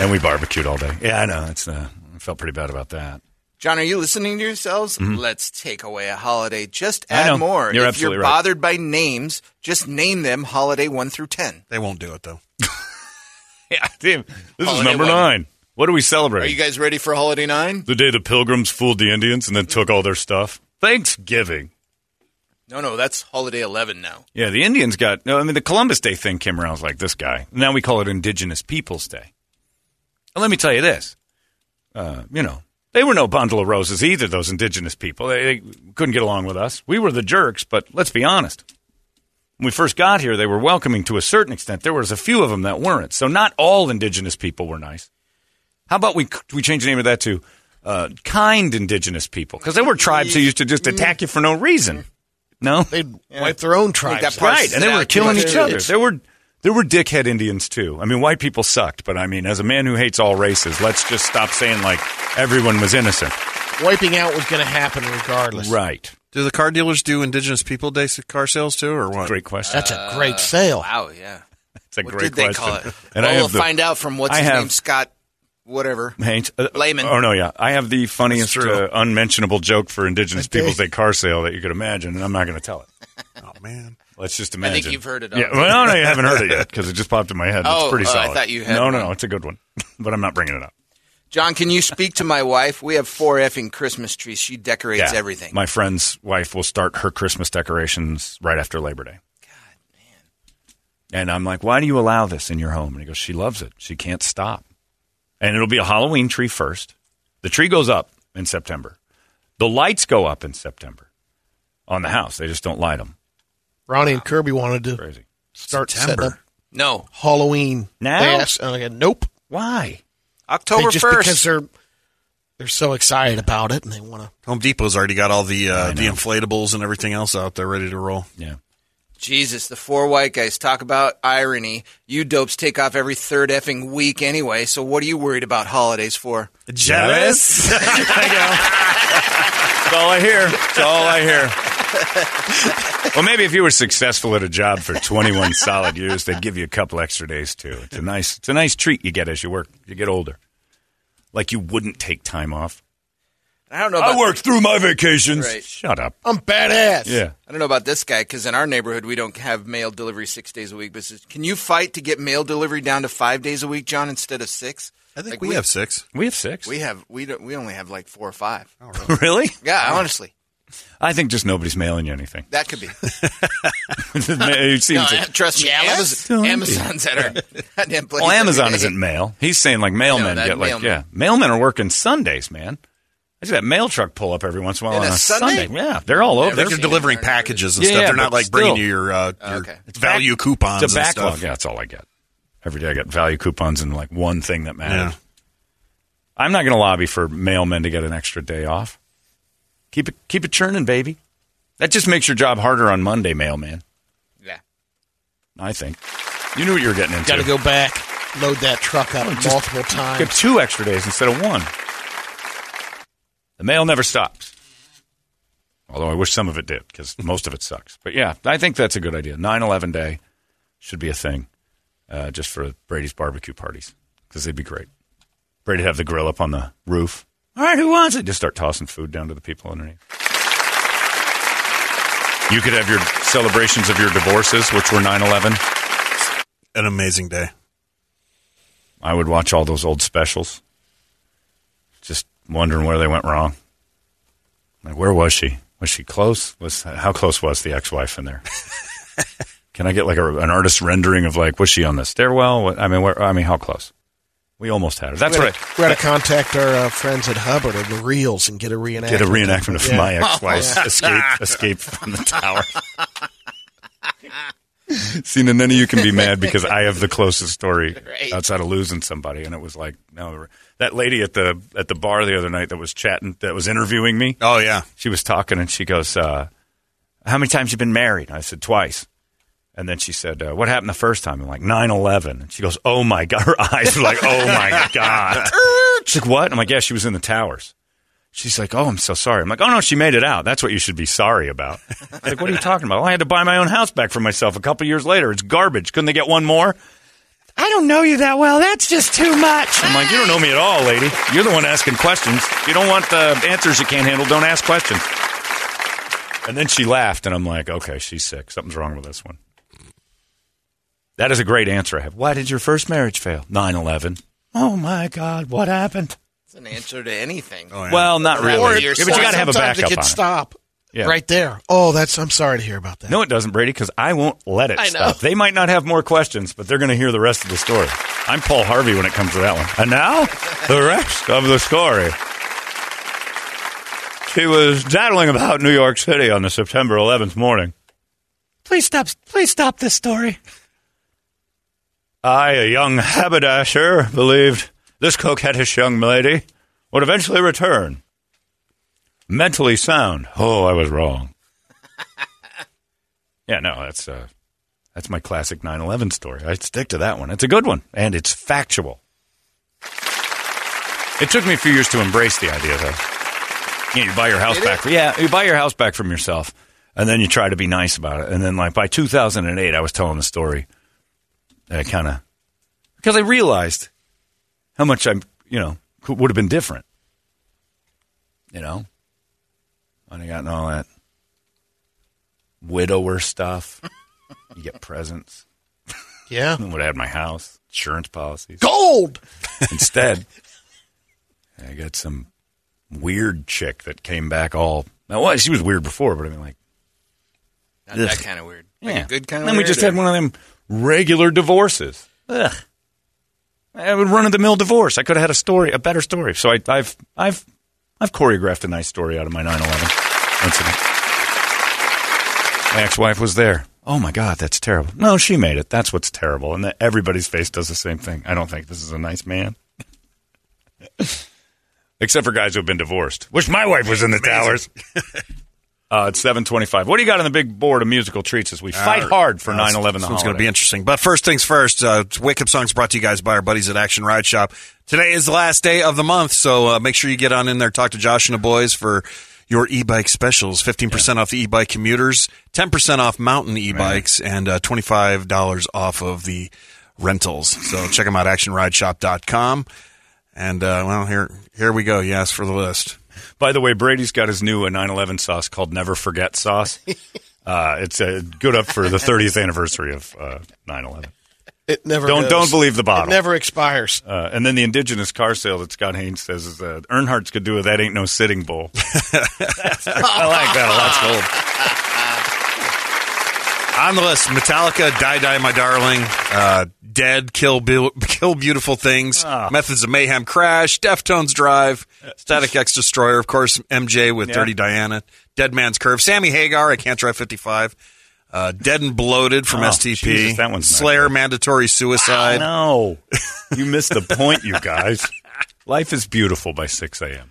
C: and we barbecued all day. Yeah, I know. It's, uh, I felt pretty bad about that.
K: John, are you listening to yourselves?
C: Mhm.
K: Let's take away a holiday. Just
C: I know.
K: add more.
C: You're
K: if
C: absolutely
K: you're
C: right.
K: bothered by names, just name them holiday 1 through 10.
F: They won't do it though.
C: yeah, damn. This is
K: Holiday
C: number
K: one.
C: nine. What do we
K: Are
C: celebrate?
K: you guys ready for holiday 9?
C: the day the pilgrims fooled the Indians and then took all their stuff? Thanksgiving.
K: No, no, that's holiday 11 now.
C: Yeah, the Indians got. No, I mean the Columbus Day thing came around. I was like this guy. Now we call it Indigenous Peoples Day. And let me tell you this. Uh, you know, they were no bundle of roses either. Those Indigenous people, they, they couldn't get along with us. We were the jerks. But let's be honest. When we first got here, they were welcoming to a certain extent. There was a few of them that weren't. So not all Indigenous people were nice. How about we we change the name of that to uh, kind Indigenous people? Because there were tribes who used to just attack you for no reason. No,
E: they'd wipe their own tribes.
C: right? And they were killing each other. There were there were dickhead Indians too. I mean, white people sucked, but I mean, as a man who hates all races, let's just stop saying like everyone was innocent.
E: Wiping out was going to happen regardless.
C: Right.
F: Do the car dealers do Indigenous People Day s- car sales too, or what?
C: Great question.
E: That's a great sale.
K: Wow, yeah.
C: It's Oh. a
K: what
C: great
K: did they
C: question.
K: call it?
C: And I
K: well,
C: have
K: we'll
C: the-
K: find out from what's
C: I
K: his
C: have-
K: name, Scott, whatever.
C: Hanks, uh,
K: Layman.
C: Oh no, yeah, I have the funniest uh, unmentionable joke for Indigenous
K: Okay.
C: Peoples Day car sale that you could imagine, and I'm not going to tell it.
F: Oh man,
C: Let's just
K: I
C: imagine.
K: think you've heard it
C: Yeah,
K: already.
C: well, no, no, you haven't heard it yet because it just popped in my head. and
K: Oh,
C: it's pretty
K: oh, I
C: solid.
K: thought you had
C: No, no,
K: one.
C: no, it's a good one, but I'm not bringing it up.
K: John, can you speak to my wife? We have four effing Christmas trees. She decorates
C: Yeah.
K: everything.
C: My friend's wife will start her Christmas decorations right after Labor Day. God, man. And I'm like, why do you allow this in your home? And he goes, she loves it. She can't stop. And it'll be a Halloween tree first. The tree goes up in September. The lights go up in September on the house. They just don't light them.
E: Ronnie and Kirby wanted to
C: Crazy.
E: start
C: September.
E: setting up
K: No.
E: Halloween.
C: Now?
E: They asked- and I go, nope.
C: Why?
K: October
E: They just
K: 1st.
E: Because they're they're so excited about it and they want to.
F: Home Depot's already got all the uh, the inflatables and everything else out there ready to roll.
C: Yeah.
K: Jesus, the four white guys talk about irony. You dopes take off every third effing week anyway, so what are you worried about holidays for?
F: Jealous?
C: That's all I hear. That's all I hear. Well, maybe if you were successful at a job for 21 solid years, they'd give you a couple extra days too. It's a nice, it's a nice treat you get as you work, you get older. Like you wouldn't take time off.
K: I don't know about
C: I worked through my vacations.
K: Right.
C: Shut up.
E: I'm badass.
C: Yeah.
K: I don't know about this guy because in our neighborhood we don't have mail delivery six days a week. But it's- can you fight to get mail delivery down to five days a week, John, instead of six?
F: I think
K: Like,
F: we, have six.
C: We have six.
K: We have we don't, we only have like four or five.
C: Oh. really?
K: Yeah, honestly,
C: I think just nobody's mailing you anything.
K: that could be.
C: it
K: No,
C: seems.
K: I- trust me, Amazon, Amazon's at our goddamn place.
C: well,
K: every
C: Amazon
K: day.
C: isn't mail. He's saying like mailmen
K: that
C: get like
K: mailman.
C: yeah, mailmen are working Sundays, man. I see that mail truck pull up every onse in a while
K: And
C: on
K: a
C: a
K: Sunday?
C: Sunday. Yeah, Oh, they're all over.
F: Like they're delivering packages and
C: Yeah,
F: stuff. They're
C: but
F: not like
C: still.
F: bringing you your, uh, your value coupons.
C: It's a
F: and
C: backlog.
F: stuff.
C: Yeah, that's all I get. Every day I get value coupons and like one thing that matters.
F: Yeah.
C: I'm not going to lobby for mailmen to get an extra day off. Keep it keep it churning, baby. That just makes your job harder on Monday, mailman.
K: Yeah.
C: I think you knew what you were getting into.
E: Got to go back, load that truck up
C: Just
E: multiple times.
C: Skip two extra days instead of one. The mail never stops. Although I wish some of it did because most of it sucks. But yeah, I think that's a good idea. 9 11 day should be a thing uh, just for Brady's barbecue parties because they'd be great. Brady'd have the grill up on the roof.
L: All right, who wants it?
C: Just start tossing food down to the people underneath. You could have your celebrations of your divorces, which were 9 11.
F: An amazing day.
C: I would watch all those old specials, just wondering where they went wrong. Like, where was she? Was she close? Was how close was the ex-wife in there? Can I get like a, an artist rendering of like, was she on the stairwell? What, I mean, where, I mean, how close? We almost had her. That's
E: we
C: right.
E: gotta- We got to contact our uh, friends at Hubbard of the Reels and get a reenactment.
C: Get a reenactment of
E: Yeah. Oh,
C: my ex-wife's
E: Yeah.
C: escape escape from the tower. See, now none of you can be mad because I have the closest story
M: Right.
C: outside of losing somebody, and it was like no, that lady at the at the bar the other night that was chatting, that was interviewing me.
F: Oh yeah,
C: she was talking, and she goes, uh, "How many times you been married?" And I said twice, and then she said, uh, "What happened the first time?" I'm like 9-11. and she goes, "Oh my god!" Her eyes were like, "Oh my god!" She's like, "What?" And I'm like, "Yeah, she was in the towers." She's like, "Oh, I'm so sorry." I'm like, "Oh no, she made it out. That's what you should be sorry about." I'm like, what are you talking about? Well, I had to buy my own house back for myself a couple years later. It's garbage. Couldn't they get one more?
L: I don't know you that well. That's just too much.
C: I'm like, you don't know me at all, lady. You're the one asking questions. If you don't want the answers you can't handle, don't ask questions. And then she laughed, and I'm like, okay, she's sick. Something's wrong with this one. That is a great answer I have. Why did your first marriage fail? 9 11.
L: Oh my God, what happened?
K: It's an answer to anything.
C: Well, not really.
E: Or-
C: Yeah, but you got to have a
E: sometimes
C: backup
E: it could
C: on it.
E: stop
C: Yeah.
E: right there. Oh, that's. I'm sorry to hear about that.
C: No, it doesn't, Brady, because I won't let it
E: I know.
C: stop. They might not have more questions, but they're going to hear the rest of the story. I'm Paul Harvey when it comes to that one. And now, the rest of the story. She was daddling about New York City on the September 11th morning.
L: Please stop. Please stop this story.
C: I, a young haberdasher, believed this coquettish young lady would eventually return. Mentally sound. Oh, I was wrong. yeah, no, that's uh, that's my classic 9/11 story. I'd stick to that one. It's a good one, and it's factual. It took me a few years to embrace the idea, though. You, know, you buy your house back. Yeah, you buy your house back from yourself, and then you try to be nice about it. And then, like by 2008, I was telling the story that I kind of because I realized how much I, am you know, could- would have been different. You know, I would have gotten all that widower stuff. you get presents.
E: Yeah,
C: would have had my house, insurance policies,
E: gold.
C: Instead, I got some weird chick that came back all. Now, well, she was weird before, but I mean, like,
K: Not that
C: Ugh.
K: kind of weird. Like
C: Yeah.
K: a good kind of
C: Then we
K: weird.
C: just
K: or-
C: had one of them regular divorces. Ugh. I would run of the mill divorce. I could have had a story, a better story. So I, I've, I've, I've choreographed a nice story out of my 9/11 incident. My ex-wife was there. Oh my God, that's terrible. No, she made it. That's what's terrible, and that everybody's face does the same thing. I don't think this is a nice man, except for guys who have been divorced. Wish my wife was in the towers. Uh, it's seven twenty-five. What do you got on the big board of musical treats as we fight hard for
F: Uh,
C: 9/11? The
F: This one's
C: holiday?
F: going to be interesting. But first things first, uh, Wake Up Songs brought to you guys by our buddies at Action Ride Shop. Today is the last day of the month, so uh, make sure you get on in there, talk to Josh and the boys for your e-bike specials. 15% off the e-bike commuters, 10% off mountain e-bikes, and uh, $25 off of the rentals. So check them out, actionrideshop.com. And, uh, well, here, here we go. You asked for the list.
C: By the way, Brady's got his new 9/11 sauce called Never Forget sauce. uh, it's uh, good up for the 30th anniversary of uh, 9/11.
E: It never
C: Don't
E: goes.
C: don't believe the bottle.
E: It never expires.
C: Uh, and then the indigenous car sale that Scott Haynes says is uh, Earnhardt's could do with that ain't no sitting bull. I like that a lot. That's gold.
F: On the list, Metallica, Die Die My Darling, uh, Dead, Kill, Bill, Kill Beautiful Things, Methods of Mayhem, Crash, Deftones Drive, Static X Destroyer, of course, MJ with
C: Yeah.
F: Dirty Diana, Dead Man's Curve, Sammy Hagar, I Can't Drive 55, uh, Dead and Bloated from
C: Oh,
F: STP,
C: Jesus, that one's not
F: Slayer, Mandatory Suicide.
C: No, you missed the point, you guys. Life is beautiful by 6 a.m.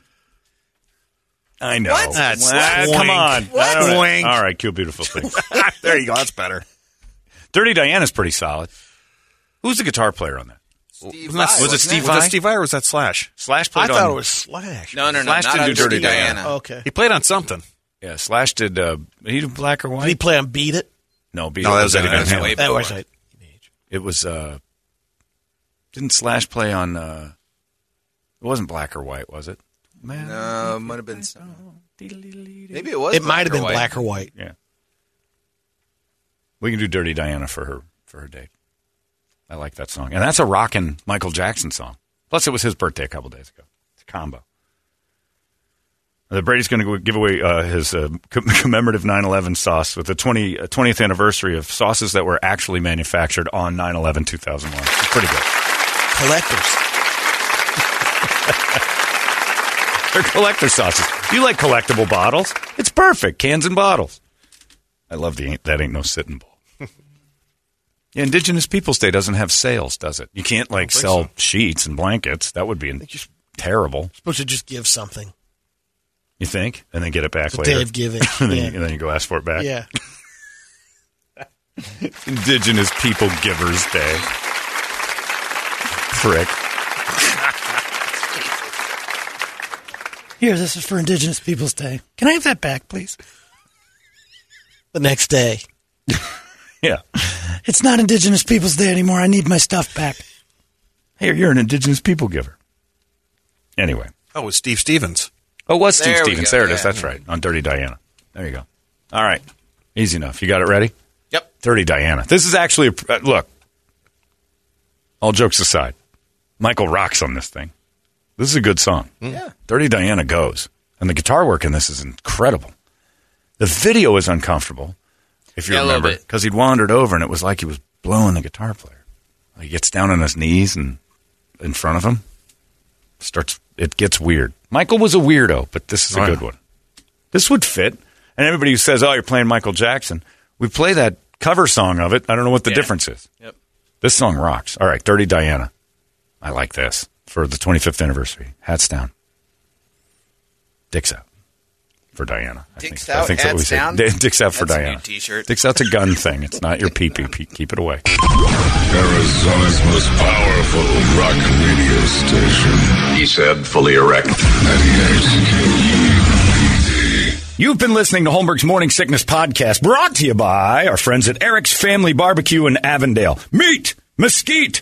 C: I know.
F: What? That's
C: Ah, come
F: twink.
C: on.
F: What?
C: All right.
F: Twink.
C: All right, cute, beautiful thing.
F: there you go. That's better.
C: Dirty Diana's pretty solid. Who's the guitar player on that?
F: Wasn't that-
K: Steve Vai,
F: was it
K: wasn't
F: Steve?
K: it?
F: Was that Steve I or was that Slash?
C: Slash
E: I
C: played
E: thought
C: on-
E: it was Slash.
K: No, no, no,
C: Slash
K: not
C: didn't
K: on
C: do Dirty
K: Dirty
C: Diana.
K: Diana.
E: Okay.
F: He played on something.
C: Yeah, Slash did. Uh, he do black or white.
E: Did he play on Beat It?
C: No, beat
F: No,
C: It
F: that was Eddie Van
C: Halen.
F: Halen.
E: That was it.
C: It was. Uh, didn't Slash play on? Uh, it wasn't black or white, was it? Man,
K: No, it Uh, might have been. Some... Maybe it was.
E: It might
K: Black
E: have
K: or
E: been
K: White.
E: black or white.
C: Yeah. We can do Dirty Diana for her for her date. I like that song. And that's a rockin' Michael Jackson song. Plus it was his birthday a couple days ago. It's a combo. The Brady's going to give away uh, his uh, com- commemorative 9/11 sauce with the 20, uh, 20th anniversary of sauces that were actually manufactured on 9/11 2001. It's pretty good.
E: Collectors.
C: They're collector sauces. You like collectible bottles? It's perfect. Cans and bottles. I love the ain't, that ain't no sitting bull. Yeah, Indigenous Peoples Day doesn't have sales, does it? You can't like sell sheets and blankets. That would be terrible.
E: Supposed to just give something.
C: You think? And then get it back
E: It's a
C: later.
E: day of giving.
C: and, then
E: Yeah.
C: you, and then you go ask for it back.
E: Yeah.
C: Indigenous People Givers Day. Frick.
L: Here, this is for Indigenous Peoples Day. Can I have that back, please?
E: The next day.
C: Yeah.
L: It's not Indigenous Peoples Day anymore. I need my stuff back.
C: Hey, you're an Indigenous People Giver. Anyway.
F: Oh, it was Steve Stevens.
C: Oh, it was Steve
K: There we
C: Stevens.
K: go.
C: There it is.
K: Yeah.
C: That's right. On Dirty Diana. There you go. All right. Easy enough. You got it ready?
K: Yep.
C: Dirty Diana. This is actually a, uh, look. All jokes aside, Michael rocks on this thing. This is a good song. Yeah. Dirty Diana goes, and the guitar work in this is incredible. The video is uncomfortable, if you
K: Yeah, a little
C: remember,
K: bit.
C: because he'd wandered over and it was like he was blowing the guitar player. He gets down on his knees and in front of him starts. It gets weird. Michael was a weirdo, but this is a
F: Oh, yeah.
C: good one. This would fit. And everybody who says, "Oh, you're playing Michael Jackson," we play that cover song of it. I don't know what the
K: Yeah.
C: difference is.
K: Yep.
C: This song rocks. All right, Dirty Diana. I like this for the 25th anniversary. Hats down. Dicks out for Diana. I
K: Dicks
C: think- I
K: out,
C: think that's what
K: hats
C: we said.
K: down?
C: D- Dicks out for
K: That's a new
C: Diana.
K: t-shirt.
C: Dicks out's a gun thing. It's not your pee pee. Keep it away.
B: Arizona's most powerful rock radio station. He said, fully erect. 98 QED.
C: You've been listening to Holmberg's Morning Sickness Podcast, brought to you by our friends at Eric's Family Barbecue in Avondale. Meet, mesquite,